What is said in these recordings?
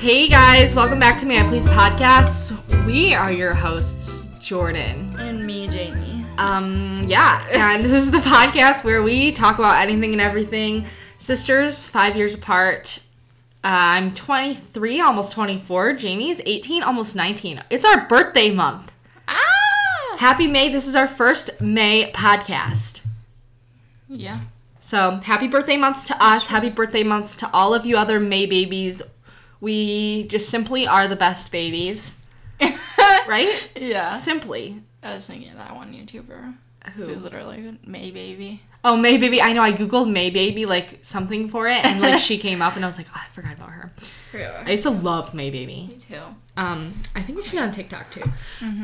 Hey guys, welcome back to Man Please Podcast. We are your hosts, Jordan. And me, Jamie. Um, yeah, and this is the podcast where we talk about anything and everything. Sisters, five years apart. Uh, I'm 23, almost 24. Jamie's 18, almost 19. It's our birthday month. Ah! Happy May. This is our first May podcast. Yeah. So happy birthday months to us. Happy birthday months to all of you other May babies. We just simply are the best babies, right? Yeah. Simply. I was thinking of that one YouTuber Who? who's literally May Baby. Oh, May baby. I know. I googled May baby like something for it, and like she came up, and I was like, oh, I forgot about her. I used to love May baby. Me too. Um, I think we should be on TikTok too.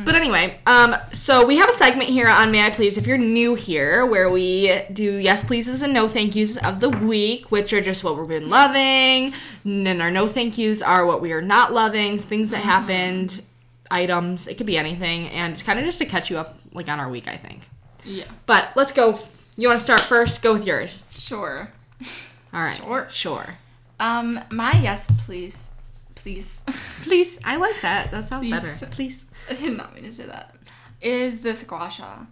But anyway, um, so we have a segment here on May I Please, if you're new here, where we do yes pleases and no thank yous of the week, which are just what we've been loving. And then our no thank yous are what we are not loving, things that happened, items, it could be anything. And it's kind of just to catch you up like on our week, I think. Yeah. But let's go. You want to start first? Go with yours. Sure. All right. Sure. Sure. Um, my yes, please. Please. Please. I like that. That sounds Please. better. Please. I did not mean to say that. Is this guasha.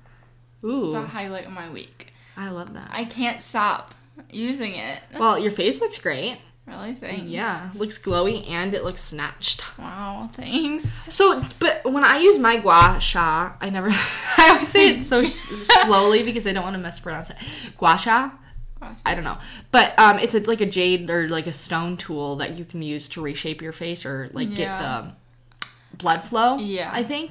It's the Ooh. highlight of my week. I love that. I can't stop using it. Well, your face looks great. Really? Thanks. Yeah, looks glowy and it looks snatched. Wow, thanks. So, but when I use my gua sha, I never, I always say it so s- slowly because I don't want to mispronounce it. Gua sha? Gua I don't know. But um, it's a, like a jade or like a stone tool that you can use to reshape your face or like get Yeah. the blood flow. Yeah. I think.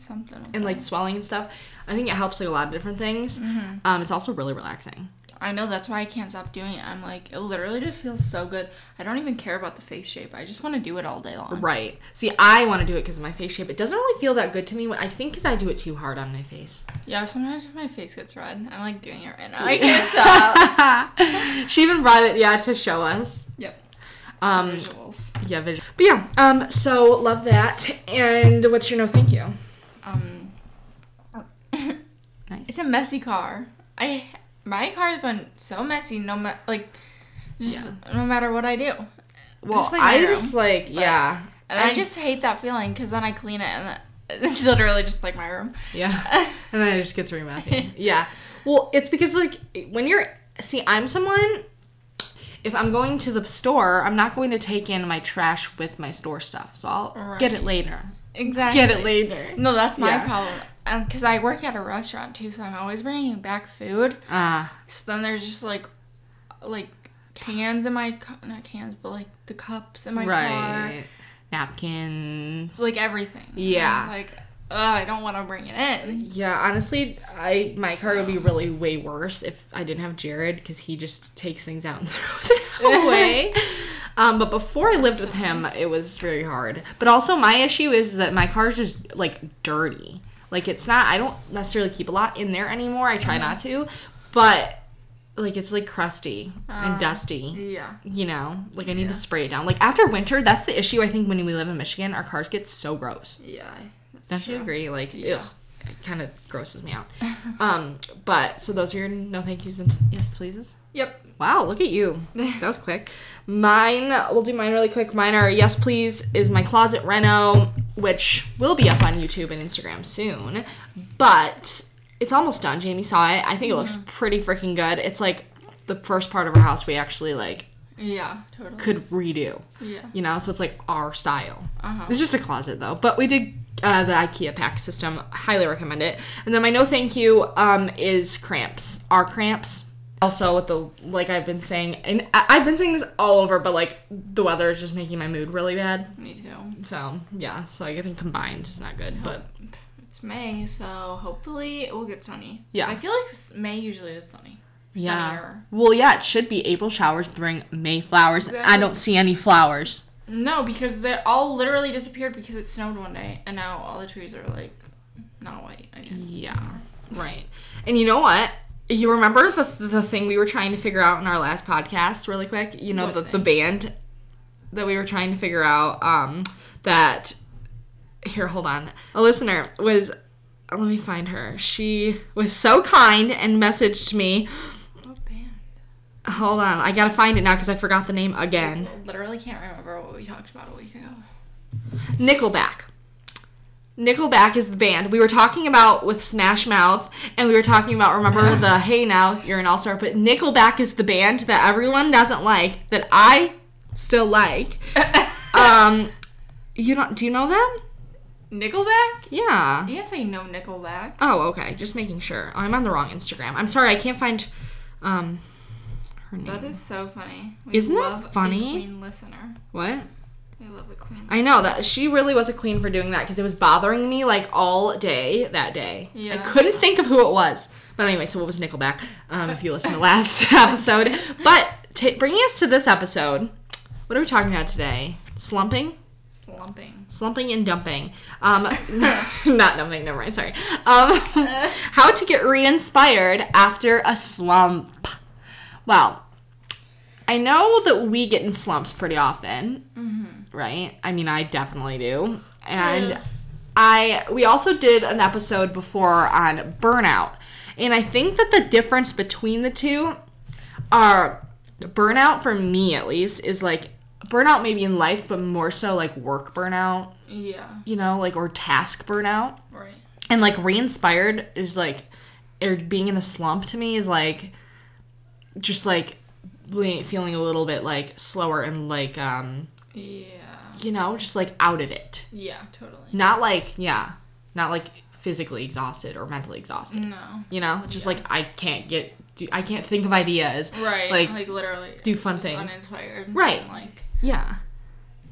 Something. like And that. like swelling and stuff. I think it helps like a lot of different things. Mm-hmm. Um, it's also really relaxing. I know that's why I can't stop doing it. I'm like, it literally just feels so good. I don't even care about the face shape. I just want to do it all day long. Right. See, I want to do it because of my face shape. It doesn't really feel that good to me. I think because I do it too hard on my face. Yeah, sometimes my face gets red. I'm like doing it right now. I can't stop. she even brought it, yeah, to show us. yep. Um, Visuals. yeah, visual. But yeah, um, so love that. And what's your no thank you? Um, Nice. it's a messy car. I my car has been so messy. No ma- like, just no matter what I do. Well, Just like my I room, just like, yeah. And I just hate that feeling because then I clean it and it's literally just like my room. Yeah. and then it just gets really messy. yeah. Well, it's because, like, when you're, see, I'm someone, if I'm going to the store, I'm not going to take in my trash with my store stuff. So I'll get it later. Exactly. Get it later. No, that's my Yeah. problem. Because I work at a restaurant too, so I'm always bringing back food. Uh, So then there's just like, like cans in my cu- not cans, but like the cups Oh in my car, right. Napkins. It's, like everything. Yeah. I'm like, ugh, I don't want to bring it in. Yeah, honestly, I my car would be really way worse if I didn't have Jared because he just takes things out and throws it away. um, but before I lived with him, it was very hard. But also, my issue is that my car is just like dirty. Like it's not. I don't necessarily keep a lot in there anymore. I try not to, but like it's like crusty and dusty. Yeah. You know, like I need to spray it down. Like after winter, that's the issue. I think when we live in Michigan, our cars get so gross. Yeah. Don't you agree? Like, ugh, it kind of grosses me out. um, but so those are your no thank yous and yes pleases. Yep. Wow, look at you. That was quick. Mine, we'll do mine really quick. Mine are yes please is my closet reno, which will be up on YouTube and Instagram soon, but it's almost done. Jamie saw it. I think it looks pretty freaking good. It's like the first part of our house we actually like Yeah. Totally. could redo yeah. you know so it's like our style Uh-huh. it's just a closet though but we did uh, the ikea pack system highly recommend it and then my no thank you um, is cramps our cramps also with the like i've been saying and I- i've been saying this all over but like the weather is just making my mood really bad Me too. so yeah so like, i think combined is not good but It's May, so hopefully it will get sunny. Yeah. I feel like s- May usually is sunny. yeah Sunnier. well yeah it should be april showers bring may flowers i don't see any flowers No, because they all literally disappeared because it snowed one day, and now all the trees are like not white. I guess. Yeah, right. And you know what? You remember the, the thing we were trying to figure out in our last podcast, really quick? You know, What the, the thing? band that we were trying to figure out um, that. Here, hold on. A listener was. Let me find her. She was so kind and messaged me. What band? Hold on, I gotta find it now because I forgot the name again. Literally can't remember what we talked about a week ago. Nickelback. Nickelback is the band we were talking about with Smash Mouth, and we were talking about remember the Hey Now You're an All Star, but Nickelback is the band that everyone doesn't like that I still like. um, you don't do you know them? Nickelback? Yeah. You can say no Nickelback. Oh, okay. Just making sure. Oh, I'm on the wrong Instagram. I'm sorry, I can't find um her name. That is so funny. We Isn't that love funny? A queen listener. what? We love a queen. I know that she really was a queen for doing that because it was bothering me like all day that day. I Yeah. couldn't think of who it was. But anyway, so what was Nickelback? Um, if you listen to last episode, but ta bringing us to this episode, what are we talking about today? Slumping, Slumping. slumping, and dumping. Um, not dumping. Never mind. Sorry. Um, how to get re-inspired after a slump? Well, I know that we get in slumps pretty often Mm-hmm. right? I mean, I definitely do. And Yeah. I we also did an episode before on burnout. And I think that the difference between the two are burnout for me at least is like burnout maybe in life but more so like work burnout, Yeah. you know, like or task burnout. Right. And like re-inspired is like or being in a slump to me is like just like le- feeling a little bit like slower and like um Yeah. you know, just like out of it. Yeah, totally. Not like, yeah, not like physically exhausted or mentally exhausted. No. You know, just like I can't get, do, I can't think of ideas. Right. Like, Like, literally. do fun just things. Uninspired. Right. and, like yeah.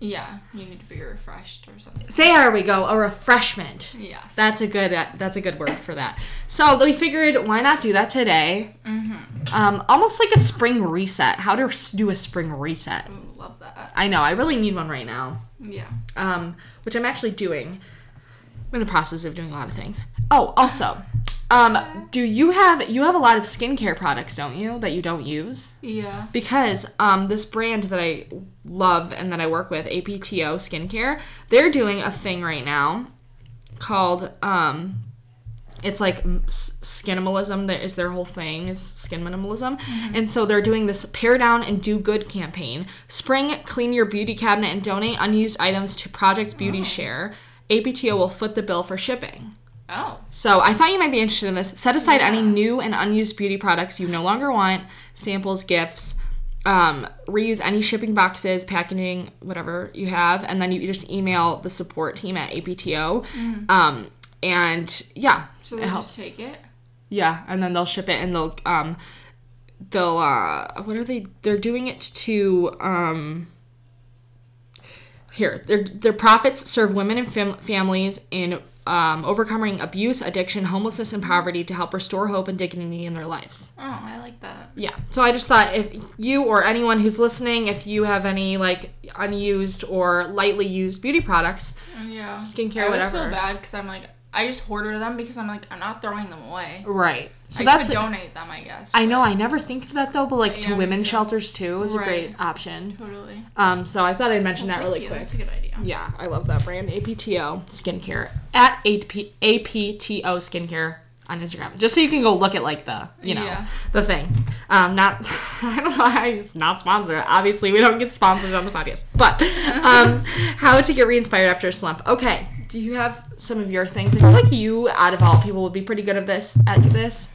yeah, you need to be refreshed or something. There we go, a refreshment. Yes. That's a good, that's a good word for that. So we figured, why not do that today? Mm-hmm. Um, almost like a spring reset. How to s- do a spring reset? Love that. I know, I really need one right now. Yeah. um, which I'm actually doing. I'm in the process of doing a lot of things. Oh, also, um, do you have you have a lot of skincare products, don't you, that you don't use? Yeah. Because um, this brand that I love and that I work with, APTO Skincare, they're doing a thing right now called um, it's like m- s- skin minimalism. That is their whole thing is skin minimalism, and so they're doing this Pare Down and Do Good campaign. Spring, clean your beauty cabinet and donate unused items to Project Beauty Share. APTO will foot the bill for shipping. Oh. So I thought you might be interested in this. Set aside any new and unused beauty products you no longer want, samples, gifts. Um, reuse any shipping boxes, packaging, whatever you have, and then you just email the support team at APTO. Um, and yeah, Mm. So it we helps. just take it. Yeah, and then they'll ship it and they'll um they'll uh what are they they're doing it to um here their their profits serve women and fam- families in um, overcoming abuse, addiction, homelessness, and poverty to help restore hope and dignity in their lives. Oh, I like that. Yeah. So I just thought if you or anyone who's listening, if you have any like unused or lightly used beauty products, Mm, Yeah. Skincare, I always whatever. feel bad because I'm like, I just hoarder them because I'm like, I'm not throwing them away. right? So I that's could donate them, I guess. I know I never think of that though, but like to Yeah, me women too. shelters too is a great Right. option. Totally. Um, so I thought I'd mention that Oh, Thank really you, quick. That's a good idea. Yeah, I love that brand, APTO Skincare at AP, APTO Skincare on Instagram, just so you can go look at like the you know Yeah. the thing. Um, not I don't know how it's not sponsored. Obviously, we don't get sponsors on the podcast, but um, how to get re-inspired after a slump. Okay, do you have some of your things? I feel like you, out of all people, would be pretty good at this. At this,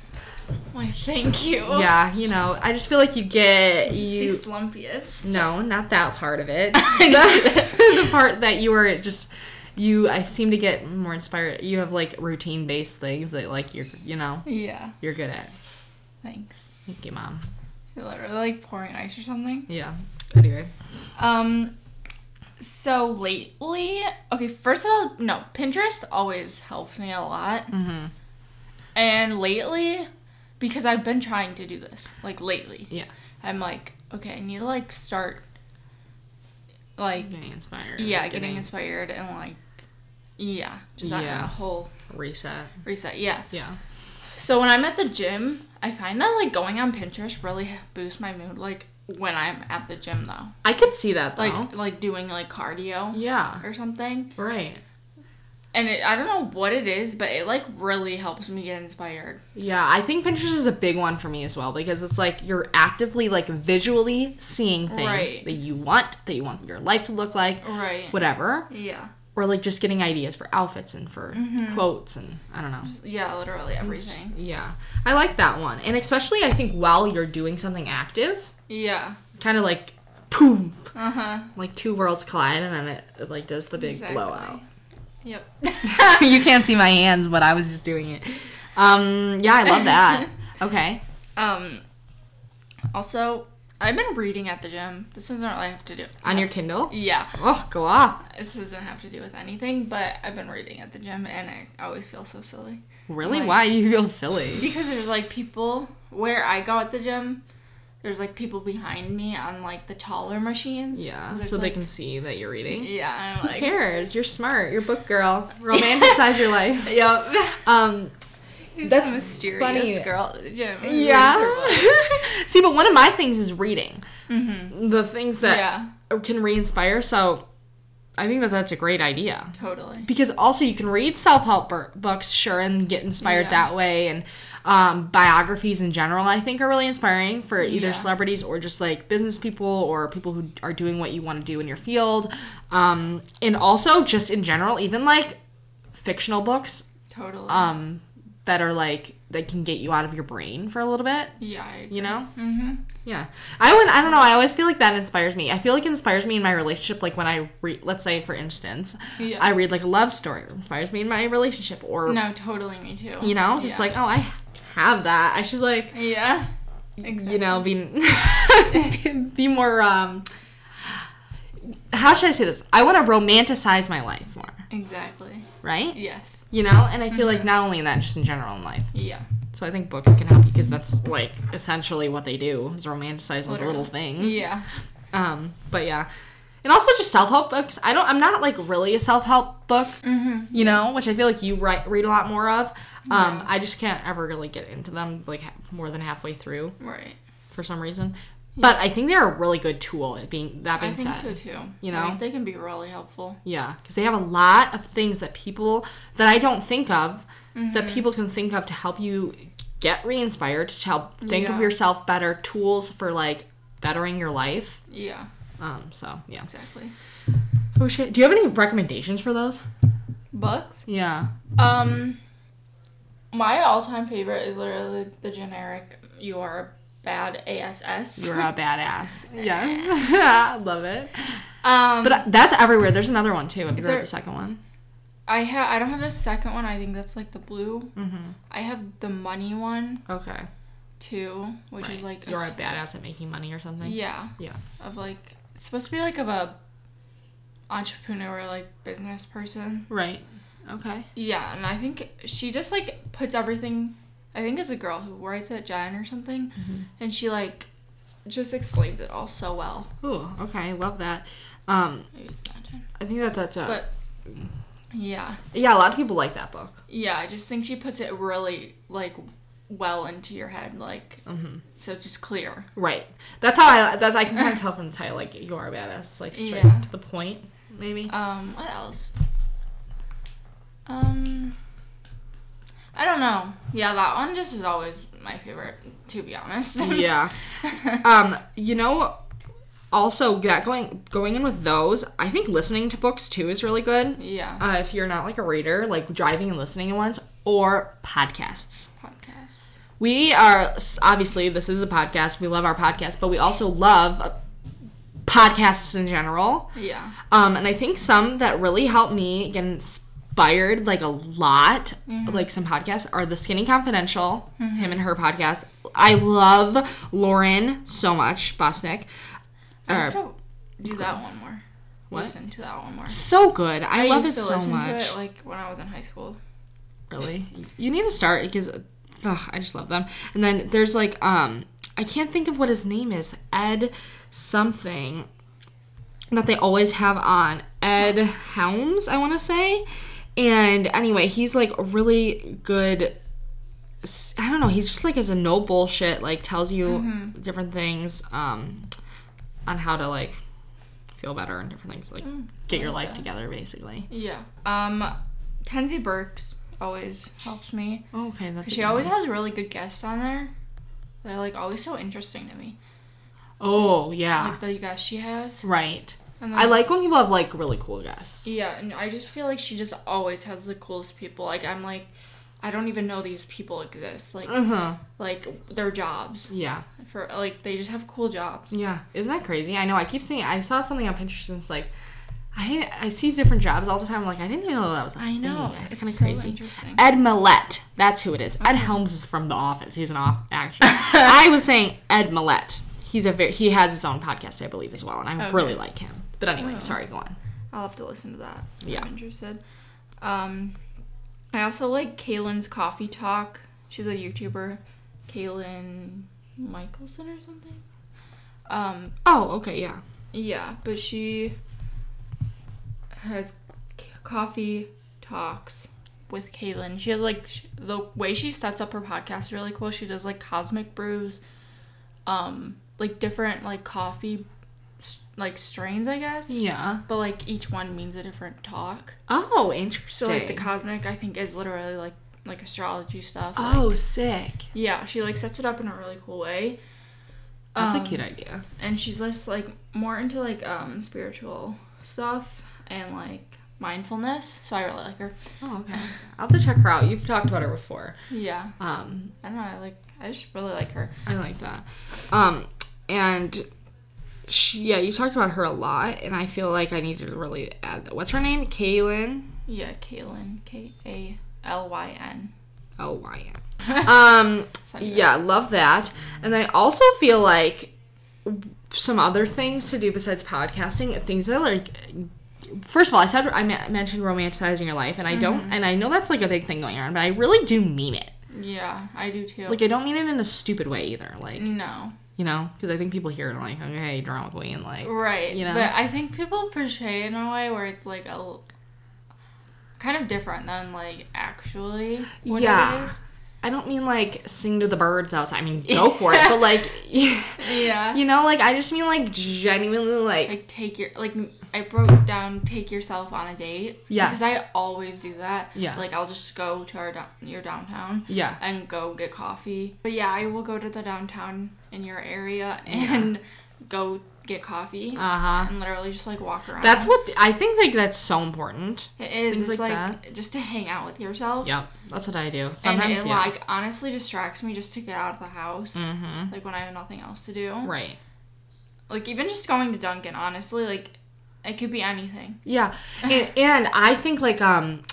Why, thank you. yeah, you know, I just feel like you get Just you. the slumpiest. No, not that part of it. the, the part that you were just you I seem to get more inspired. You have like routine based things that like you're you know, Yeah. you're good at. Thanks. Thank you, mom. You're literally like pouring ice or something. Yeah. Anyway. Um. So lately, okay. First of all, no. Pinterest always helps me a lot. Mhm. And lately, because I've been trying to do this, like lately, Yeah. I'm like, okay, I need to like start, like, Getting inspired. yeah, getting inspired and like, yeah, just that Yeah. whole reset. reset. Yeah. Yeah. So when I'm at the gym, I find that like going on Pinterest really boosts my mood. Like when I'm at the gym though, I could see that though. like like doing like cardio yeah. or something, Right. and it, I don't know what it is, but it like really helps me get inspired. Yeah, I think Pinterest is a big one for me as well because it's like you're actively like visually seeing things Right. that you want, that you want your life to look like, Right. whatever, Yeah. or like just getting ideas for outfits and for Mm-hmm. quotes and I don't know. Yeah, literally everything. Yeah. I like that one. And especially I think while you're doing something active, Yeah. kind of like poof, Uh huh. like two worlds collide and then it, it like does the big Exactly. blowout. Yep. you can't see my hands, but I was just doing it. Um, yeah, I love that. okay. um. Also, I've been reading at the gym. This doesn't really have to do. On your Kindle? Yeah. Oh, go off. This doesn't have to do with anything, but I've been reading at the gym, and I always feel so silly. Really? Like- Why do you feel silly? because there's like people where I go at the gym. There's like people behind me on like the taller machines. Yeah, 'Cause it's, so they like- can see that you're reading. Yeah, I'm Who like. cares? You're smart. You're book girl. Romanticize your life. Yep. Um, That's That's a mysterious funny. girl at the gym. yeah. see, but one of my things is reading. mm-hmm. The things that Yeah. can re-inspire. So I think that that's a great idea. Totally. Because also you can read self-help bur- books, sure, and get inspired Yeah. that way. And um, biographies in general, I think, are really inspiring for either Yeah. celebrities or just like business people or people who are doing what you want to do in your field. Um, and also just in general, even like fictional books Totally. um, that are like that can get you out of your brain for a little bit. yeah. I agree. You know. Mm-hmm. Yeah. I would, I don't know. I always feel like that inspires me. I feel like it inspires me in my relationship. Like when I read, let's say for instance, Yeah. I read like a love story, it inspires me in my relationship. Or, No, totally. Me too. you know, just Yeah. like, oh, I have that. I should like, Yeah. you know, be, be more, um, how should I say this? I want to romanticize my life more, Exactly. right? Yes. You know, and I feel Mm-hmm. like not only in that, just in general in life. Yeah. So I think books can help you because that's like essentially what they do is romanticize the little Literally. things. Yeah. Um, but yeah. And also just self-help books. I don't I'm not like really a self-help book, Mm-hmm. you know, which I feel like you write, read a lot more of. Um, Yeah. I just can't ever really get into them like ha- more than halfway through Right. for some reason. But I think they're a really good tool. It being that being I think said, so too. you I know? think they can be really helpful. yeah, because they have a lot of things that people that I don't think of that Mm-hmm. people can think of to help you get re-inspired, to help think of Yeah. yourself better, tools for like bettering your life. Yeah. Um, so yeah. Exactly. Oh shit! Do you have any recommendations for those? Books. Yeah. Um, my all-time favorite is literally the generic "You are a bad ass." You're a badass. yes. Love it. um, But uh, that's everywhere. There's another one too. Have you Is read there- the second one? I have I don't have the second one. I think that's like the blue. Mm-hmm. I have the money one Okay. too, which is like a You're a s- badass at making money or something. yeah Yeah. of like it's supposed to be like of a entrepreneur like business person. Right. Okay. Yeah, and I think she just like puts everything. I think it's a girl who writes it, Jen or something, and she like just explains it all so well. Ooh. Okay. I love that. Um, Maybe it's not Jen. I think that that's a But yeah, yeah. A lot of people like that book. yeah, I just think she puts it really like well into your head, like Mm-hmm. so it's just clear. Right. That's how I. That's I can kind of tell from the title. Like you are a badass. It's like straight Yeah. to the point. Maybe. Um, what else? Um, I don't know. Yeah, that one just is always my favorite, to be honest. yeah. Um, you know, also that going going in with those, I think listening to books too is really good. yeah. Uh, if you're not like a reader, like driving and listening to ones or podcasts. Podcast. We are obviously this is a podcast. We love our podcast, but we also love uh, podcasts in general. Yeah. Um, and I think some that really helped me get inspired, like a lot, Mm-hmm. like some podcasts, are the Skinny Confidential, him and her podcast. I love Lauren so much, Bosnick. Er, I have Or- to do that one more. What? Listen to that one more. so good. I, love used it to so listen much. To it, like when I was in high school. Really, you need to start because ugh, I just love them. And then there's like um, I can't think of what his name is. Ed something that they always have on Ed Helms, I want to say. And anyway, he's like a really good. s- I don't know. He just like is a no bullshit. Like tells you different things um, on how to like Mm, feel better and different things like get your life together basically. Yeah. Um, Kenzie Burks always helps me. Okay, that's. 'Cause a She good always one. has really good guests on there. They're like always so interesting to me. Oh yeah, Like the guests she has. right. And I like when people have like really cool guests. Mm. Yeah, and I just feel like she just always has the coolest people. Like I'm like, I don't even know these people exist. Like Mhm. like their jobs Yeah. for like they just have cool jobs. Yeah. Isn't that crazy? I know. I keep seeing. I saw something on Pinterest and it's like, I I see different jobs all the time. I'm like I didn't even know that was. a I know. thing. It's It's kind of so crazy. interesting. Ed Millett. That's who it is. Ed Helms is from The Office. He's an off actor. I was saying Ed Millett. He's a very, he has his own podcast, I believe, as well, and I Okay. really like him. But anyway, Oh. sorry, go on. I'll have to listen to that. if Yeah. I'm interested. Um, I also like Kaylin's coffee talk. She's a YouTuber, Kaylin Michelson or something. Um, Oh, okay, yeah. yeah, but she has c- coffee talks with Kaylin. She has like sh the way she sets up her podcast is really cool. She does like cosmic brews, um, like different like coffee, s- like strains, I guess. Yeah. But like each one means a different talk. Oh, interesting. So like the cosmic, I think is literally like like astrology stuff. like- oh, sick. yeah, she like sets it up in a really cool way. That's Um, a cute idea. and she's less like more into like um spiritual stuff and like mindfulness. So I really like her. Oh, okay. I'll have to check her out. You've talked about her before. Yeah, Um, I don't know. I like I just really like her. I like that. Um, and she, yeah, you talked about her a lot, and I feel like I need to really add that. What's her name? Kaylin? Yeah, Kaylin, K A L Y N. L Y N. Um, Sorry. yeah, love that. And then I also feel like some other things to do besides podcasting, things that like. First of all, I said I me- mentioned romanticizing your life, and I don't, and I know that's like a big thing going on, but I really do mean it. Yeah, I do too. Like I don't mean it in a stupid way either, like no, you know, because I think people hear it and are like, okay, drama queen, like right? You know? But I think people portray it in a way where it's like a l- kind of different than like actually what Yeah. it is. I don't mean like sing to the birds outside. I mean go for it, but like you Yeah. know, like I just mean like genuinely like like take your like I broke down take yourself on a date. Yes. Because I always do that. Yeah. Like I'll just go to our down, your downtown yeah, and go get coffee. But yeah, I will go to the downtown in your area and go get coffee uh huh. and literally just like walk around. That's what I think. Like that's so important. it is. things it's like like, just to hang out with yourself. Yeah, that's what I do. And Sometimes, it yeah. like honestly distracts me just to get out of the house. Mhm. Like when I have nothing else to do. right. Like even just going to Dunkin', honestly, like it could be anything. Yeah, and, and I think like um,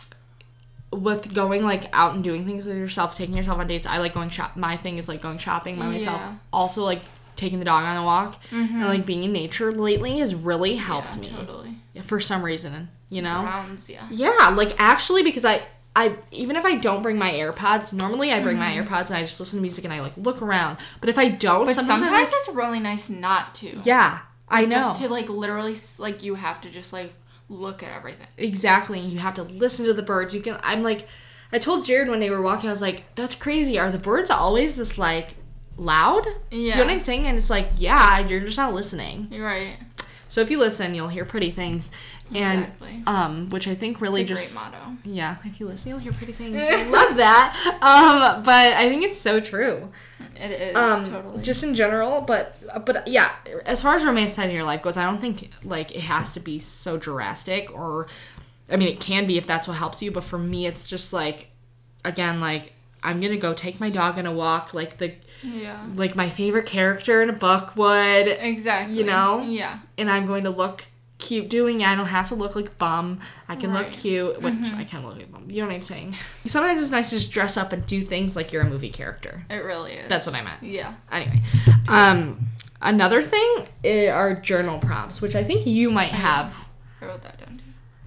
with going like out and doing things with yourself, taking yourself on dates. I like going shop. My thing is like going shopping by myself. Yeah. Mm-hmm. Also like taking the dog on a walk and like being in nature lately has really helped Yeah, me Totally. for some reason. You know. Rounds, yeah. Yeah, like actually because I I even if I don't bring my AirPods, normally I bring my AirPods and I just listen to music and I like look around. But if I don't, Mm-hmm. But sometimes, sometimes, I, like- it's really nice not to. yeah, I know. Just to like literally s- like you have to just like look at everything. Exactly. And you have to listen to the birds. You can I'm like I told Jared when they were walking, I was like, That's crazy. Are the birds always this like loud? You Yeah. know what I'm saying? And it's like, yeah, you're just not listening. You're right. So if you listen, you'll hear pretty things. And Exactly. um, which I think really It's a just great motto. Yeah, if you listen, you'll hear pretty things. I love that. Um, but I think it's so true. It is Um, totally. just in general, but but yeah, as far as romanticizing your life goes, I don't think like it has to be so drastic or I mean it can be if that's what helps you, but for me it's just like again like I'm going to go take my dog on a walk like the yeah. like my favorite character in a book would Exactly. you know? Yeah. and I'm going to look cute doing it. I don't have to look like bum. I can look Right. Mm-hmm. cute, which I can look like bum. You know what I'm saying? Sometimes it's nice to just dress up and do things like you're a movie character. It really is. That's what I meant Yeah. anyway um another thing i- are journal prompts which i think you might have I wrote that down. too.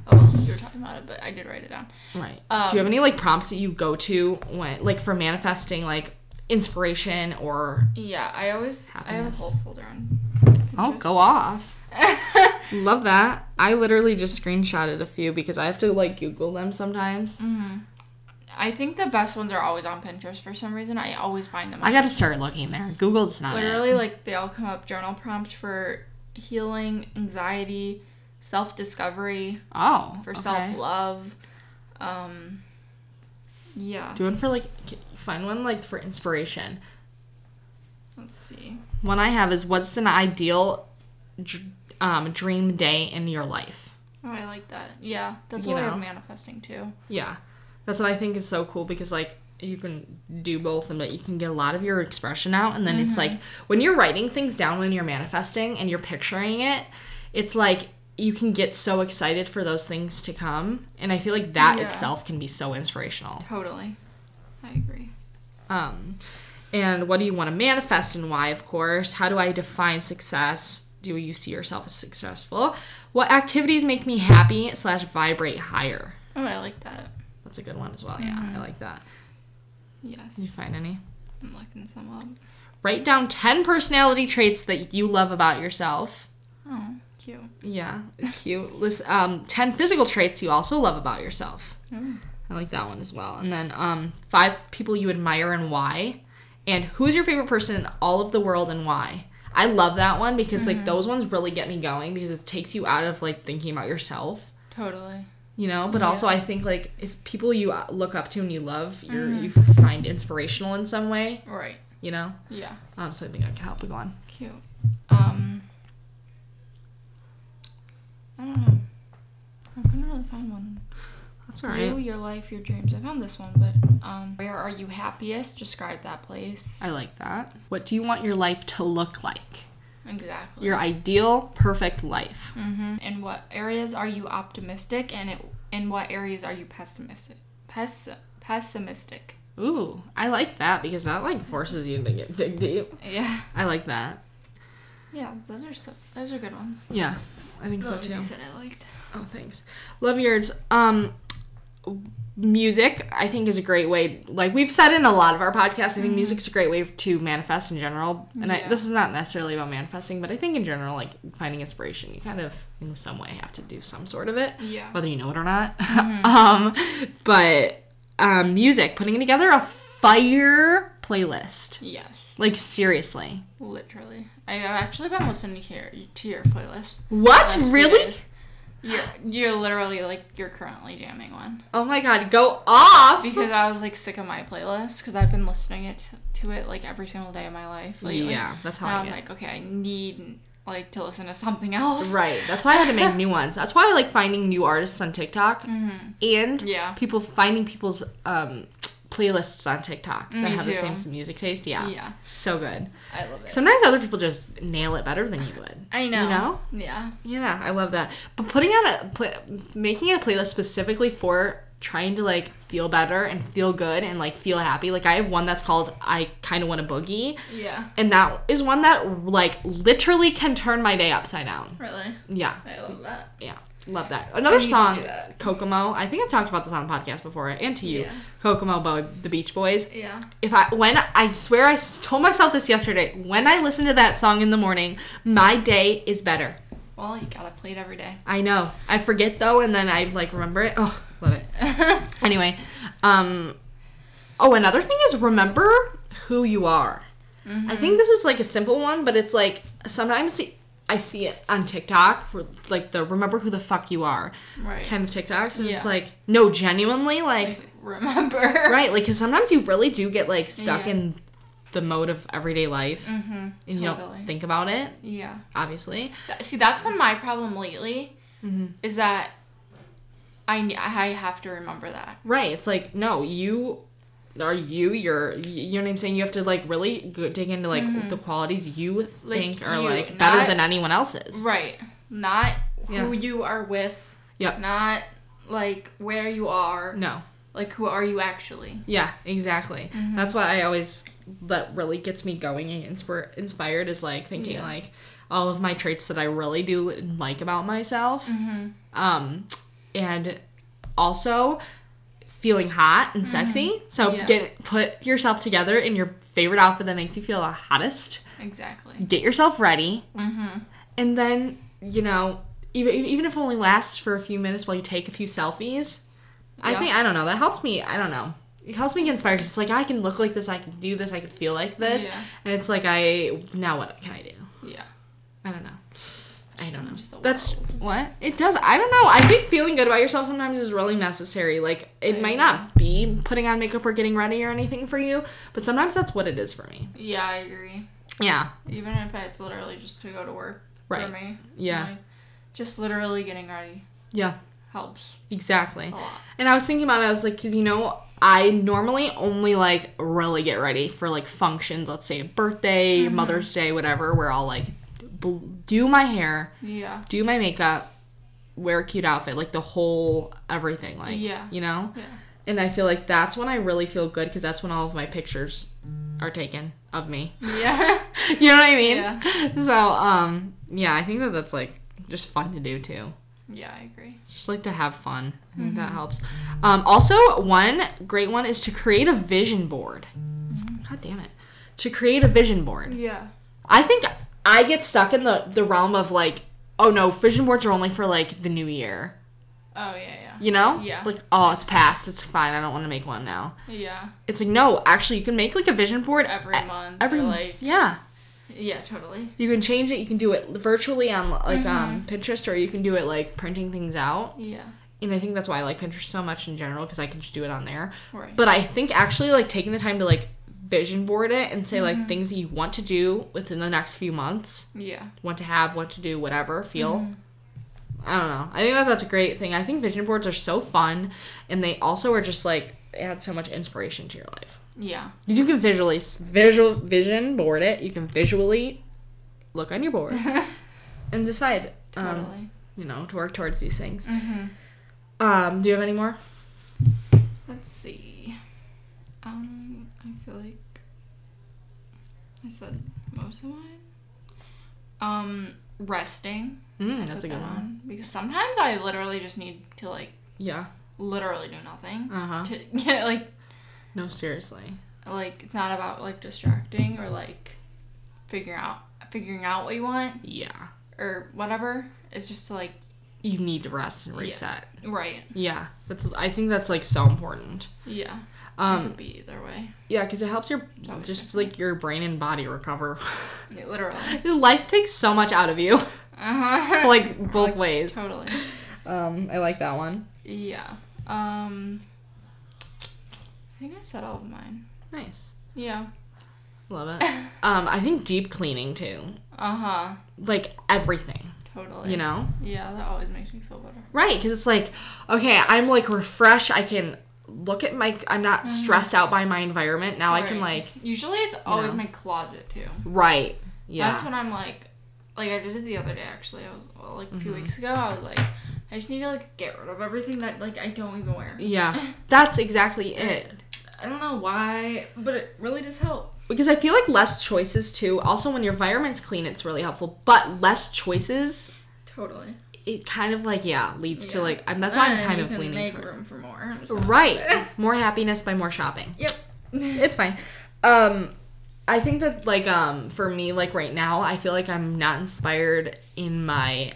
Oh, you were talking about it, but I did write it down. right Um, do you have any like prompts that you go to when like for manifesting like inspiration or Yeah, I always I have a Happiness. whole folder on. oh go off love that i literally just screenshotted a few because i have to like google them sometimes Mm-hmm. I think the best ones are always on Pinterest for some reason. I always find them. i gotta start looking there google's not literally literally like they all come up journal prompts for healing anxiety self-discovery oh for okay. self-love Um, yeah. Do one for like, c- find one like for inspiration. Let's see. One I have is what's an ideal dr- um, dream day in your life? Oh, I like that. Yeah, that's You what know? I'm manifesting too. Yeah. That's what I think is so cool because like you can do both and that you can get a lot of your expression out and then it's like when you're writing things down when you're manifesting and you're picturing it, it's like you can get so excited for those things to come and I feel like that Yeah. itself can be so inspirational. Totally. I agree. Um and what do you want to manifest and why, of course? How do I define success? Do you see yourself as successful? What activities make me happy slash vibrate higher? Oh, I like that. That's a good one as well. Yeah, I like that. You Yes. find any? I'm looking some up. Write down 10 personality traits that you love about yourself. Oh, cute. Yeah, cute. List um 10 physical traits you also love about yourself. Mm. I like that one as well. And then um five people you admire and why. And who's your favorite person in all of the world and why? I love that one because like those ones really get me going because it takes you out of like thinking about yourself, Totally. you know? But also I think like if people you uh, look up to and you love, you're, you find inspirational in some way, Right. you know? Yeah. Um so I think I can help you go on. Cute. Um. I don't know. I couldn't really find one. That's You, your life, your dreams. I found this one, but um, where are you happiest? Describe that place. I like that. What do you want your life to look like? Exactly. Your ideal perfect life. Mm-hmm. In what areas are you optimistic, and it, in what areas are you pessimistic? Pessi- pessimistic. Ooh, I like that because that like forces you to get dig deep. Yeah. I like that. Yeah. Those are so. Those are good ones. Yeah, I think The so ones too. You said I liked. Oh, thanks. Love yours. Um, music I think is a great way. Like we've said in a lot of our podcasts, I think music's a great way to manifest in general. And I, Yeah. this is not necessarily about manifesting, but I think in general, like finding inspiration, you kind of in some way have to do some sort of it. Yeah. whether you know it or not. Mm-hmm. um, but um, music, putting together a fire playlist. Yes. Like seriously, Literally. I've actually been listening to your to your playlist. what last few really? days. You're you're literally like you're currently jamming one Oh my god, go off! because I was like sick of my playlist because I've been listening it to it like every single day of Oh my life. Lately. yeah, that's how Now I I'm get. like, okay, I need like to listen to something else. right, that's why I had to make new ones. That's why I like finding new artists on TikTok and Mm-hmm. Yeah. people finding people's um, playlists on TikTok that Me have the too. same music taste. Yeah, Yeah. so good. I love it. Sometimes other people just nail it better than you would. I know. You know? Yeah. Yeah, I love that. But putting out a pla making a playlist specifically for trying to like feel better and feel good and like feel happy. Like I have one that's called I kind of want to boogie, Yeah. and that is one that like literally can turn my day upside down. Really. Yeah, I love that. yeah. Love that. Another need to song, do that. Kokomo. I think I've talked about this on the podcast before and to you. Yeah. Kokomo by the Beach Boys Yeah. if I when I swear I s- told myself this yesterday, when I listen to that song in the morning, my day is better. Well, you gotta play it every day. I know. I forget though, and then I like remember it. Oh, love it. Anyway, um, oh, another thing is remember who you are. I Mm-hmm. think this is like a simple one, but it's like sometimes see- I see it on TikTok, where, like the remember who the fuck you are right. kind of TikToks, and Yeah. it's like no, genuinely, like Like, remember. right, like because sometimes you really do get like stuck Yeah. in the mode of everyday life, Mm-hmm. and you totally. don't think about it, Yeah. obviously. That- See, that's been my problem lately. Mm-hmm. Is that I ne- I have to remember that. Right. It's like no, you are you. You're you know what I'm saying. You have to like really go, dig into like the qualities you think are Mm-hmm. you, like better not- than anyone else's. Right. Not Yeah. who you are with. Yep. Not like where you are. No. Like who are you actually? Yeah. Exactly. Mm-hmm. That's why I always that really gets me going and inspir- inspired is like thinking Yeah. like all of my traits that I really do like about myself. Mm-hmm. Um, and also feeling hot and sexy. So Mm-hmm. Yeah. get put yourself together in your favorite outfit that makes you feel the hottest. Exactly. get yourself ready Mm-hmm. and then you know even, even if it only lasts for a few minutes while you take a few selfies i Yeah. think i don't know that helps me i don't know it helps me get inspired 'cause it's like i can look like this i can do this i can feel like this Yeah. and it's like i now what can i do Yeah. i don't know I don't know. Changes the That's world. what it does. I don't know. I think feeling good about yourself sometimes is really necessary. Like it I might not be putting on makeup or getting ready or anything for you, but sometimes that's what it is for me. Yeah, I agree. Yeah. Even if it's literally just to go to work Right. for me. Yeah. like, just literally getting ready Yeah. helps Exactly. a lot. And I was thinking about it, I was like, 'cause, you know, I normally only like really get ready for like functions, let's say a birthday, Mm-hmm. Mother's Day, whatever, where I'll like bl- do my hair, Yeah. do my makeup, wear a cute outfit, like the whole everything, like, Yeah. you know? Yeah. And I feel like that's when I really feel good because that's when all of my pictures are taken of me. Yeah. You know what I mean? Yeah. So, um, yeah, I think that that's like just fun to do too yeah, I agree. just like to have fun. I think Mm-hmm. that helps. Um, also, one great one is to create a vision board. Mm-hmm. God damn it. To create a vision board. Yeah. I think I get stuck in the, the realm of like, oh no, vision boards are only for like the new year. Oh yeah, You know? Yeah. Like, oh, it's past. It's fine. I don't want to make one now. yeah. Yeah. It's like, no, actually, you can make like a vision board Every e- month. Every Every like Yeah. Yeah, totally. You can change it. You can do it virtually on like um, Mm-hmm. Pinterest or you can do it like printing things out. Yeah. and I think that's why I like Pinterest so much in general because I can just do it on there. Right. But I think actually like taking the time to like vision board it and say like things that you want to do within the next few months, yeah. Mm-hmm. want to have, want to do, whatever, feel. I don't know. I think that that's a great thing. I think vision boards are so fun and they also are just like add so much inspiration to your life. Yeah. You can visually visual vision board it. You can visually look on your board and decide um, Totally. you know, to work towards these things. mm-hmm. Um, do you have any more? Let's see. Um, I feel like I said most of mine. Um, resting. Mm, I that's put a good that one. on Because sometimes I literally just need to like Yeah. literally do nothing. Uh huh. To get like No, seriously. like it's not about like distracting or like figuring out figuring out what you want Yeah. or whatever. It's just to like You need to rest and reset. right. Yeah. That's. I think that's like so important. Yeah. it Um. could be either way. Yeah, because it helps your Totally just like your brain and body recover. Yeah, Literally. Life takes so much out of you, Uh-huh. like both ways. totally. Um. I like that one. Yeah. Um I think I said all of mine. Nice. Yeah. Love it. um. I think deep cleaning too. Uh-huh. Like everything. Totally. You know. Yeah, that always makes me feel better. Right, because it's like, okay, I'm like refreshed. I can look at my. I'm not stressed out by my environment. Now I can Mm-hmm. Right. like. Usually it's always know. my closet too. Right. Yeah. That's when I'm like like I did it the other day actually. I was well, like a Mm-hmm. few weeks ago. I was like I just need to like get rid of everything that like I don't even wear. Yeah, that's exactly it. I don't know why, but it really does help. Because I feel like less choices too. Also, when your environment's clean, it's really helpful. But less choices, Totally. it kind of like yeah leads to Yeah. like I'm, that's why I'm And kind you of can leaning make toward. room for more. I'm just not- Right, more happiness by more shopping. Yep. It's fine. Um, I think that like um for me like right now I feel like I'm not inspired in my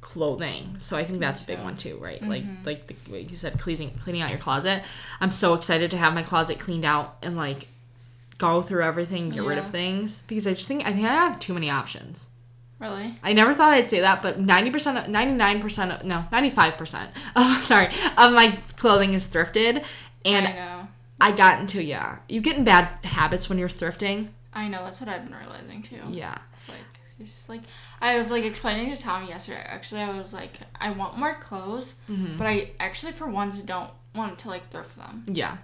clothing. So I think that's a big one too, right? Like Mm-hmm. like the, like you said cleaning cleaning out your closet. I'm so excited to have my closet cleaned out and like go through everything, get rid of Yeah. things because I just think I think I have too many options. Really? I never thought I'd say that, but 90%, of- 99%, of- no, 95%, oh, sorry, of my clothing is thrifted. And I know. I got into yeah. You get in bad habits when you're thrifting. I know. That's what I've been realizing too. Yeah. It's like it's just like I was like explaining to Tom yesterday. Actually, I was like, I want more clothes, Mm-hmm. but I actually for once don't want to like thrift them. Yeah.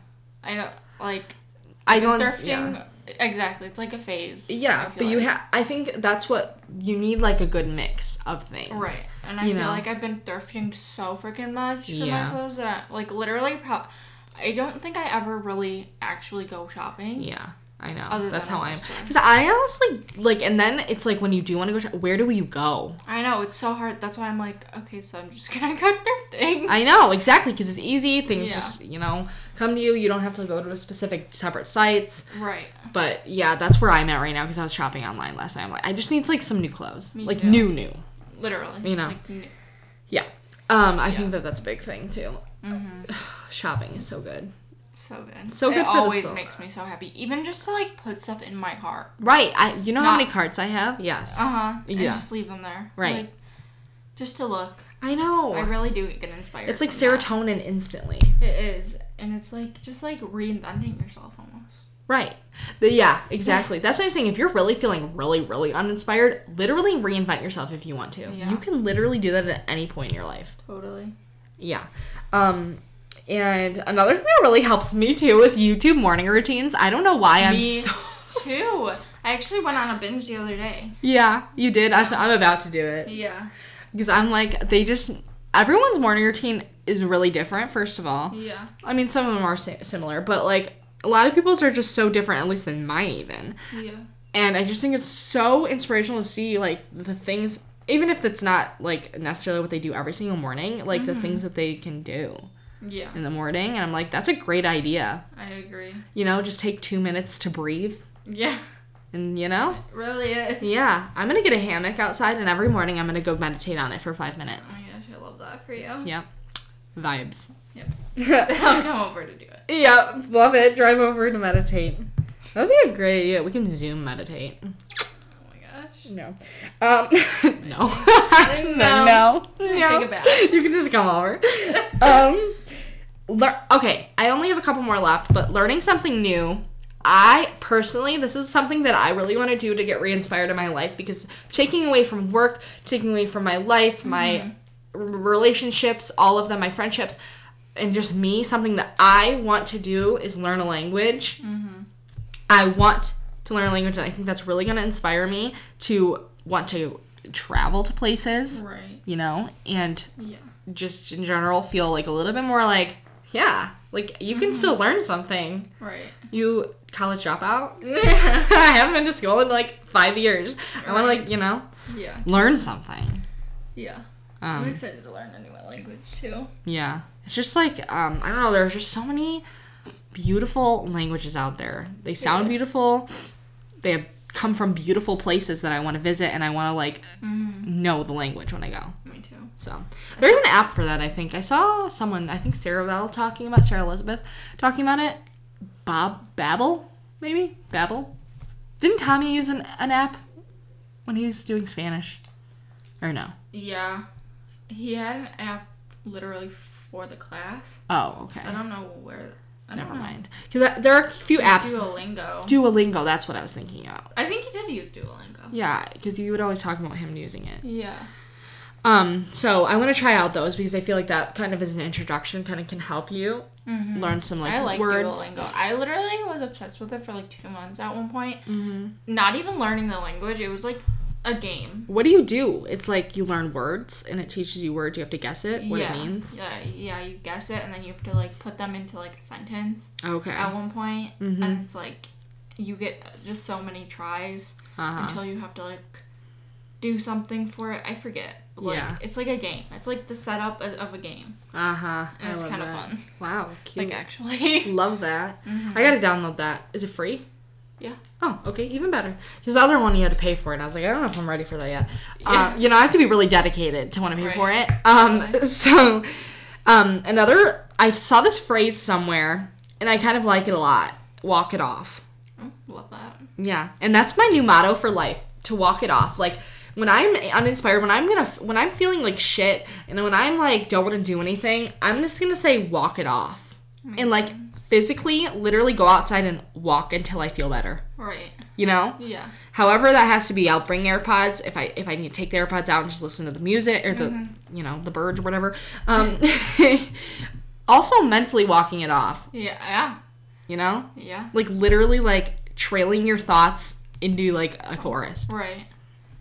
I know, like I the don't thrifting. Yeah, Exactly. It's like a phase. I yeah feel but you like. have I think that's what you need like a good mix of things. Right, and I you feel know. like I've been thrifting so freaking much for Yeah. my clothes that I, like literally, pro- I don't think I ever really actually go shopping. Yeah. I know. Other that's than how a I am. thrift Because I honestly like, and then it's like when you do want to go, shop, where do you go? I know it's so hard. That's why I'm like, okay, so I'm just gonna go thrifting. I know exactly because it's easy. Things Yeah. just you know come to you. You don't have to go to specific separate sites. Right. But yeah, that's where I'm at right now because I was shopping online last night. I'm like, I just need like some new clothes, Me like too. new new. Literally. You know. Like, n- Yeah. Um, I Yeah. think that that's a big thing too. mhm. Shopping is so good. So so good. So It good for the always soul. makes me so happy. Even just to like put stuff in my heart. Right. I. You know how Not- many cards I have? Yes. Uh huh. And Yeah. just leave them there. Right. Like, just to look. I know. I really do get inspired. it's like from that. serotonin instantly. It is, and it's like just like reinventing yourself almost. Right. The, yeah, exactly. That's what I'm saying. If you're really feeling really, really uninspired, literally reinvent yourself if you want to. Yeah. You can literally do that at any point in your life. Totally. Yeah. Um, and another thing that really helps me too with YouTube morning routines. I don't know why I'm Me so. Two. I actually went on a binge the other day. Yeah, you did. That's- I'm about to do it Yeah. because I'm like they just everyone's morning routine is really different. First of all, Yeah. I mean some of them are si- similar, but like a lot of people's are just so different. At least than mine even. Yeah. and i just think it's so inspirational to see like the things even if it's not like necessarily what they do every single morning like the things that they can do Yeah. in the morning and i'm like that's a great idea I agree. you know just take two minutes to breathe Yeah. and you know Really is. yeah i'm gonna get a hammock outside and every morning i'm gonna go meditate on it for five Oh minutes my gosh, I love that for you. yep vibes I'll come over to do it. yep love it drive over to meditate that'd be a great idea we can zoom meditate Oh my gosh. No. Um, no. Actually, No. no. No. Take it back. You can just come over. um, lear- okay, I only have a couple more left, but learning something new. I personally, this is something that I really want to do to get re inspired in my life because taking away from work, taking away from my life, my r- relationships, all of them, my friendships, and just me, something that I want to do is learn a language. I want to learn a language, and I think that's really going to inspire me to want to travel to places, Right. you know, and Yeah. just in general feel like a little bit more like, yeah, like you can still learn something. Right. You college dropout? I haven't been to school in like five years. I want to, like, you know, Yeah. learn something. Yeah. I'm Um, excited to learn a new language too. yeah. It's just like, um, I don't know, there are just so many beautiful languages out there. They sound beautiful, they have come from beautiful places that I want to visit, and I want to, like, Mm. know the language when I go. Me too. So there's an app for that. I think I saw someone. I think Sarah Bell talking about Sarah Elizabeth talking about it. Bob Babel, maybe Babel. Didn't Tommy use an, an app when he was doing Spanish? Or no? Yeah. He had an app literally for the class. Oh, okay. I don't know where. I Never don't know. mind. Because there are a few apps. Duolingo. Duolingo. That's what I was thinking about. I think he did use Duolingo. Yeah, because you would always talk about him using it. Yeah. Um, so I want to try out those because I feel like that kind of is an introduction, kind of can help you Mm-hmm. learn some like, I like words. Duolingo. I literally was obsessed with it for like two months at one point. Mm-hmm. Not even learning the language. It was like a game. What do you do? It's like you learn words and it teaches you words. You have to guess it, what yeah. it means. Yeah, yeah, you guess it, and then you have to like put them into like a sentence Okay. at one point, Mhm. and it's like you get just so many tries Uh-huh. until you have to like do something for it. I forget. Like, Yeah. It's like a game. It's like the setup as- of a game, Uh-huh. and it's kind of that. fun. Wow, cute. Like actually. Love that. Mhm. I gotta download that. Is it free? Yeah. Oh, okay, even better. Because the other one you had to pay for, it, and I was like, I don't know if I'm ready for that yet. Yeah. Uh, you know, I have to be really dedicated to want to pay for Right. it. Um, so, um, another, I saw this phrase somewhere, and I kind of like it a lot. Walk it off. Oh, love that. Yeah, and that's my new motto for life: to walk it off. Like when I'm uninspired, when I'm gonna, when I'm feeling like shit, and when I'm like don't want to do anything, I'm just gonna say walk it off, and like physically, literally go outside and walk until I feel better. Right. You know, Yeah. however that has to be. I'll bring AirPods if I if I need to take the AirPods out and just listen to the music or the you know the birds or whatever. Um, also mentally walking it off. Yeah. You know, Yeah. Yeah. like literally like trailing your thoughts into like a forest. Right.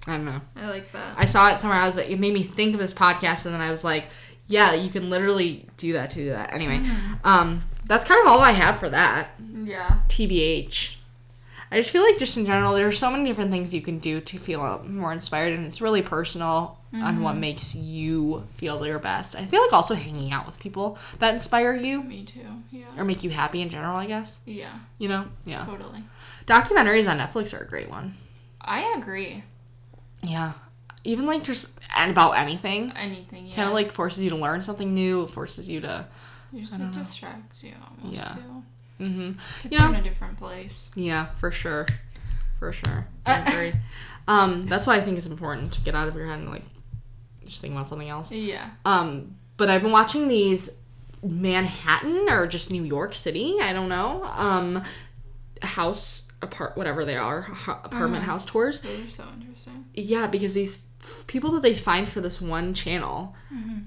I don't know. I like that. I saw it somewhere. I was like, it made me think of this podcast, and then I was like, yeah, you can literally do that to do that. Anyway, um, that's kind of all I have for that. Yeah. TBH. I just feel like just in general, there are so many different things you can do to feel more inspired, and it's really personal on what makes you feel your best. I feel like also hanging out with people that inspire you Me too. Yeah. or make you happy in general. I guess Yeah. you know. Yeah. Totally. Documentaries on Netflix are a great one. I agree. Yeah. Even like just and about anything. Anything. Yeah. kind of like forces you to learn something new, forces you to You just like distracts you almost Yeah. too. Mm-hmm. It's Yeah. in a different place. Yeah, for sure. For sure. I agree. um, that's why I think it's important to get out of your head and like just think about something else. Yeah. Um, but I've been watching these Manhattan or just New York City, I don't know. Um, house apart whatever they are, ho- apartment house tours. Those are so interesting. Yeah, because these f- people that they find for this one channel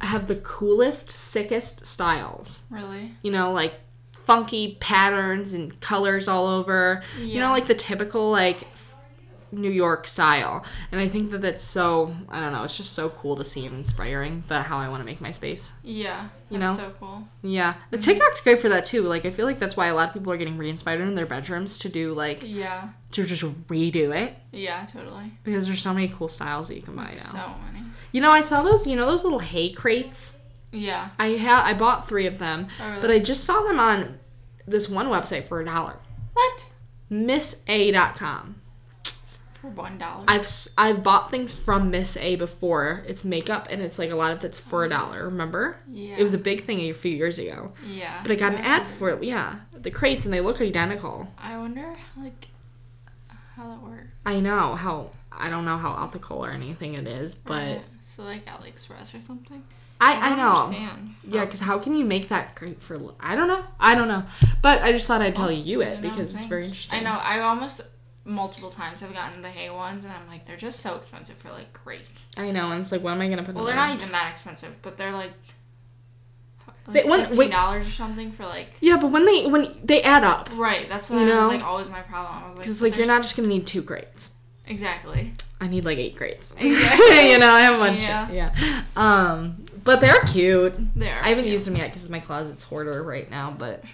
have the coolest, sickest styles Really? you know, like funky patterns and colors all over. You Yeah. know, like the typical like f- New York style. And I think that that's so I don't know. It's just so cool to see and inspiring. That how I want to make my space. Yeah. That's You know? so cool. Yeah, the TikTok's great for that too. Like I feel like that's why a lot of people are getting re-inspired in their bedrooms to do like Yeah. to just redo it Yeah, totally. because there's so many cool styles that you can buy now. So many. You know, I saw those. You know those little hay crates. Yeah. I had I bought three of them, Oh, really? but I just saw them on this one website for a dollar. What? MissA.com. For one dollar. I've s- I've bought things from Miss A before. It's makeup and it's like a lot of it's for a dollar. Remember? Yeah. It was a big thing a few years ago. Yeah. But I got an Yeah. ad for it. Yeah, the crates and they look identical. I wonder like how that works. I know how I don't know how ethical or anything it is, but so like AliExpress or something. I I don't know. Understand. Yeah, because how can you make that great for? l- I don't know. I don't know. But I just thought I'd tell you I it know, because it's very thanks. interesting. I know. I almost multiple times have gotten the hay ones, and I'm like, they're just so expensive for like great. I know, and it's like, what am I gonna put? Well, in they're there? not even that expensive, but they're like. Mm-hmm. They- Like when- wait- fifteen dollars or something for like Yeah, but when they when they add up, right. That's what You I know? was like always my problem. I was because but like you're there's- not just gonna need two grades. exactly. I need like eight grades. Exactly. you know, I have a bunch. Yeah. Yeah. Um, but they're cute. There, I haven't used them yet because my closet's hoarder right now. But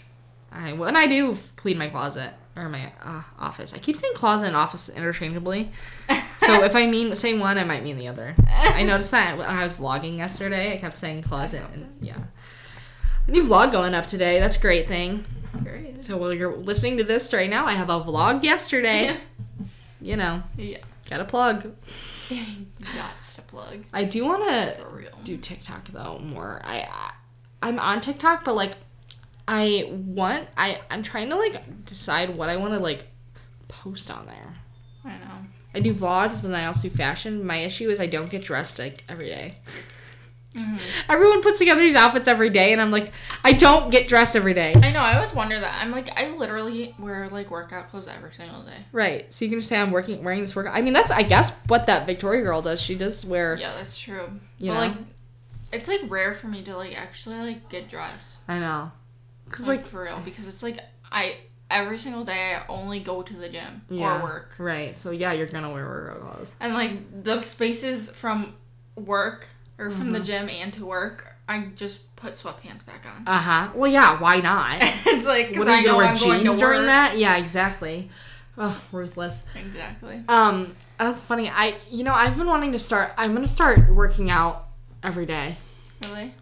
I when I do clean my closet or my uh, office, I keep saying closet and office interchangeably. So if I mean say one, I might mean the other. I noticed that when I was vlogging yesterday. I kept saying closet and yeah. New vlog going up today. That's a great thing. Great. So while you're listening to this right now, I have a vlog yesterday. Yeah. You know, Yeah. got a plug. Gots to plug I do want to for real. do TikTok though more. I, I I'm on TikTok, but like I want I I'm trying to like decide what I want to like post on there. I know. I do vlogs, but then I also do fashion. My issue is I don't get dressed like every day. Mm-hmm. Everyone puts together these outfits every day, and I'm like, I don't get dressed every day. I know. I always wonder that. I'm like, I literally wear like workout clothes every single day. Right. So you can just say I'm working wearing this work. I mean, that's I guess what that Victoria girl does. She does wear. Yeah, that's true. You but know? like, it's like rare for me to like actually like get dressed. I know. Cause Like, like for real, because it's like I every single day I only go to the gym yeah, or work, Right. So yeah, you're gonna wear workout clothes. and like the spaces from work or from Mm-hmm. the gym and to work, I just put sweatpants back on. Uh huh. Well, yeah. Why not? it's like because What are I you gonna know wear I'm going to jeans during work. that? Yeah, exactly. Oh, ruthless. Exactly. Um, that's funny. I you know I've been wanting to start. I'm gonna start working out every day. Really?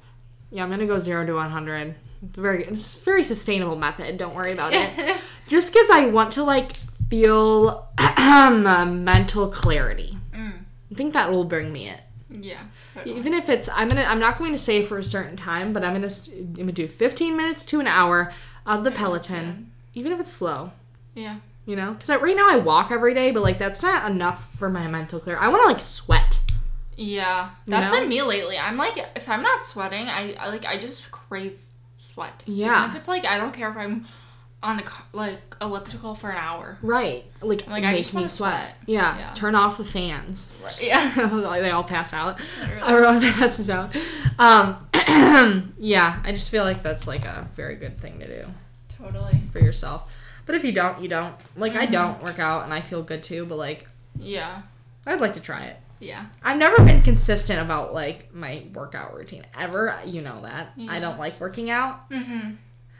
Yeah, I'm gonna go zero to one hundred. It's a very it's a very sustainable method. Don't worry about it. Just because I want to like feel uh, mental clarity. Mm. I think that will bring me it. Yeah. totally. Even if it's I'm gonna I'm not going to say for a certain time, but I'm gonna st- I'm gonna do 15 minutes to an hour of the Peloton, even if it's slow. Yeah. You know, because right now I walk every day, but like that's not enough for my mental clear. I want to like sweat. Yeah. You That's know? been me lately. I'm like if I'm not sweating, I, I like I just crave sweat. Yeah. Even if it's like I don't care if I'm on the co- like elliptical for an hour. Right. Like, Like, I make just me wanna sweat. sweat. Yeah. Yeah. Turn off the fans. Yeah. they all pass out. Literally. Everyone passes out. Um, yeah, I just feel like that's like a very good thing to do Totally. for yourself. But if you don't, you don't. Like I don't work out and I feel good too, but like Yeah. I'd like to try it. Yeah. I've never been consistent about like my workout routine ever. You know that. I Yeah. don't like working out. Mm-hmm.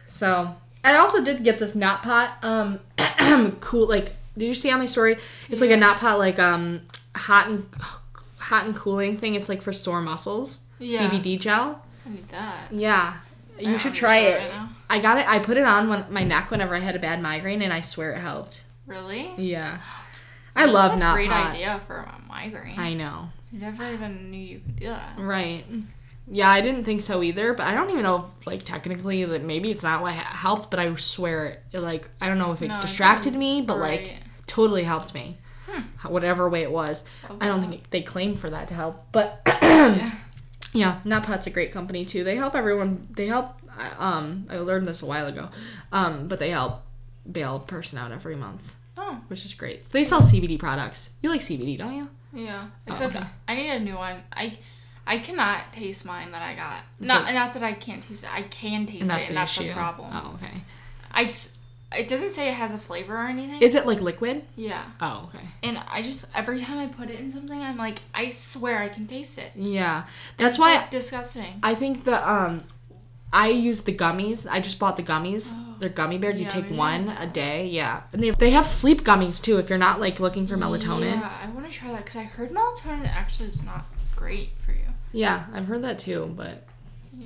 So I also did get this knot pot. Um, cool. Like, did you see on my story? It's like a knot pot, like um, hot and hot and cooling thing. It's like for sore muscles. Yeah. CBD gel. I need that. Yeah. I You should don't try understand it. right now. I got it. I put it on when, my neck whenever I had a bad migraine, and I swear it helped. Really? Yeah. I love That's a knot Great pot. idea for a migraine. I I know. never even knew you could do that. Right. Yeah, I didn't think so either, but I don't even know if, like, technically that maybe it's not what ha- helped, but I swear, it, like, I don't know if it No, it distracted didn't- me, but, like, right. Hmm. totally helped me. Ho- Whatever way it was. I don't think it- they claim for that to help, but Oh, Yeah. yeah, Napot's a great company too. They help everyone. They help. I- Um, I learned this a while ago, um, but they help bail a person out every month, Oh, which is great. They sell CBD products. You like CBD, don't you? yeah. Except Oh, okay. I need a new one. I I cannot taste mine that I got. It's Not like- not that I can't taste it. I can taste it, and that's the problem. Oh, okay. I just it doesn't say it has a flavor or anything. Is it like liquid? yeah. Oh, okay. And I just every time I put it in something, I'm like, I swear I can taste it. Yeah, that's It's, why like, disgusting. I think the um, I use the gummies. I just bought the gummies. Oh. They're gummy bears. Yeah, you take maybe I one a day. Yeah, and they they have sleep gummies too. If you're not like looking for melatonin. Yeah, I want to try that because I heard melatonin actually is not great for you. yeah, I've heard that too, but.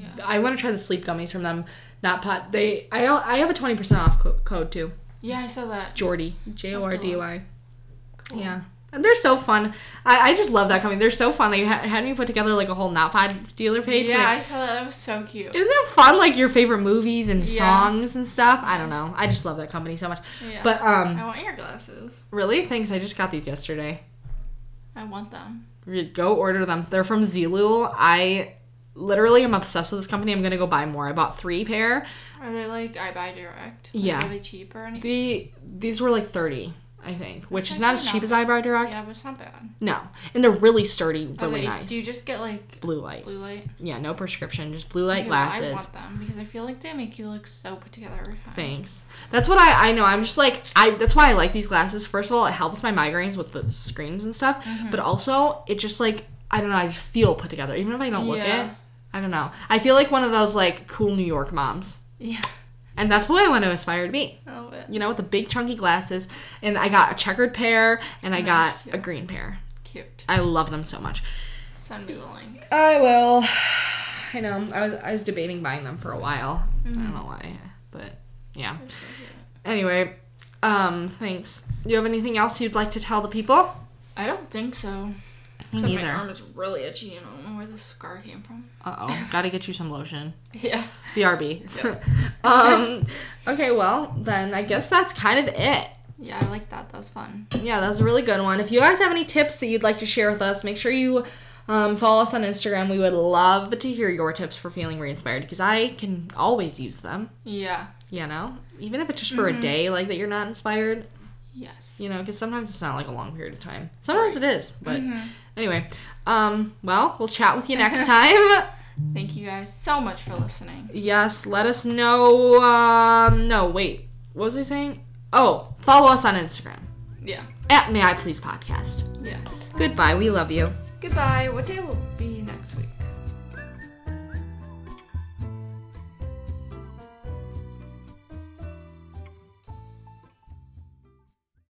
Yeah. I want to try the sleep gummies from them. Not pot. They. I. I have a twenty percent off co- code too. Yeah, I saw that. Jordy. J O R D Y. Cool. Yeah. And they're so fun. I, I just love that company. They're so fun. They ha- had me put together like a whole Not Pod dealer page. Yeah, Like, I saw that. That was so cute. isn't that fun? Like your favorite movies and Yeah. songs and stuff. I don't know. I just love that company so much. Yeah. But um, I want your glasses. really, thanks. I just got these yesterday. I want them. Re- Go order them. They're from Zilul. I literally am obsessed with this company. I'm gonna go buy more. I bought three pair. Are they like I buy direct? Like, Yeah. Are they cheap or anything? The these were like thirty, I think, which That's is not actually as cheap not as iBar Direct. Yeah, but it's not bad. No, and they're really sturdy, Are really they- nice. Do you just get like blue light? blue light? Yeah, no prescription, just blue light Okay, well, glasses. I want them because I feel like they make you look so put together every time. Thanks. That's what I, I know. I'm just like I. That's why I like these glasses. First of all, it helps my migraines with the screens and stuff. But also, it just like I don't know. I just feel put together, even if I don't look Yeah. it. I don't know. I feel like one of those like cool New York moms, Yeah. and that's what I want to aspire to be. I love it. You know, with the big chunky glasses, and I got a checkered pair, and I got that's a cute. green pair. Cute. I love them so much. Send me the link. I will. I know. I was, I was debating buying them for a while. I don't know why, but yeah. They're so cute. Anyway, um, thanks. You have anything else you'd like to tell the people? I don't think so. Me Except My neither. arm is really itchy and I don't know where this scar came from. Uh oh. Gotta get you some lotion. Yeah. BRB. um. Okay. Well, then I guess that's kind of it. Yeah, I like that. That was fun. Yeah, that was a really good one. If you guys have any tips that you'd like to share with us, make sure you um, follow us on Instagram. We would love to hear your tips for feeling re-inspired because I can always use them. Yeah. you know even if it's just for a day like that you're not inspired Yes. you know because sometimes it's not like a long period of time sometimes it is but Mm-hmm. anyway um well we'll chat with you next time Thank you guys so much for listening. yes let us know um no wait what was i saying oh follow us on instagram Yeah. at may i please podcast Yes. goodbye we love you Goodbye. What day will be next week?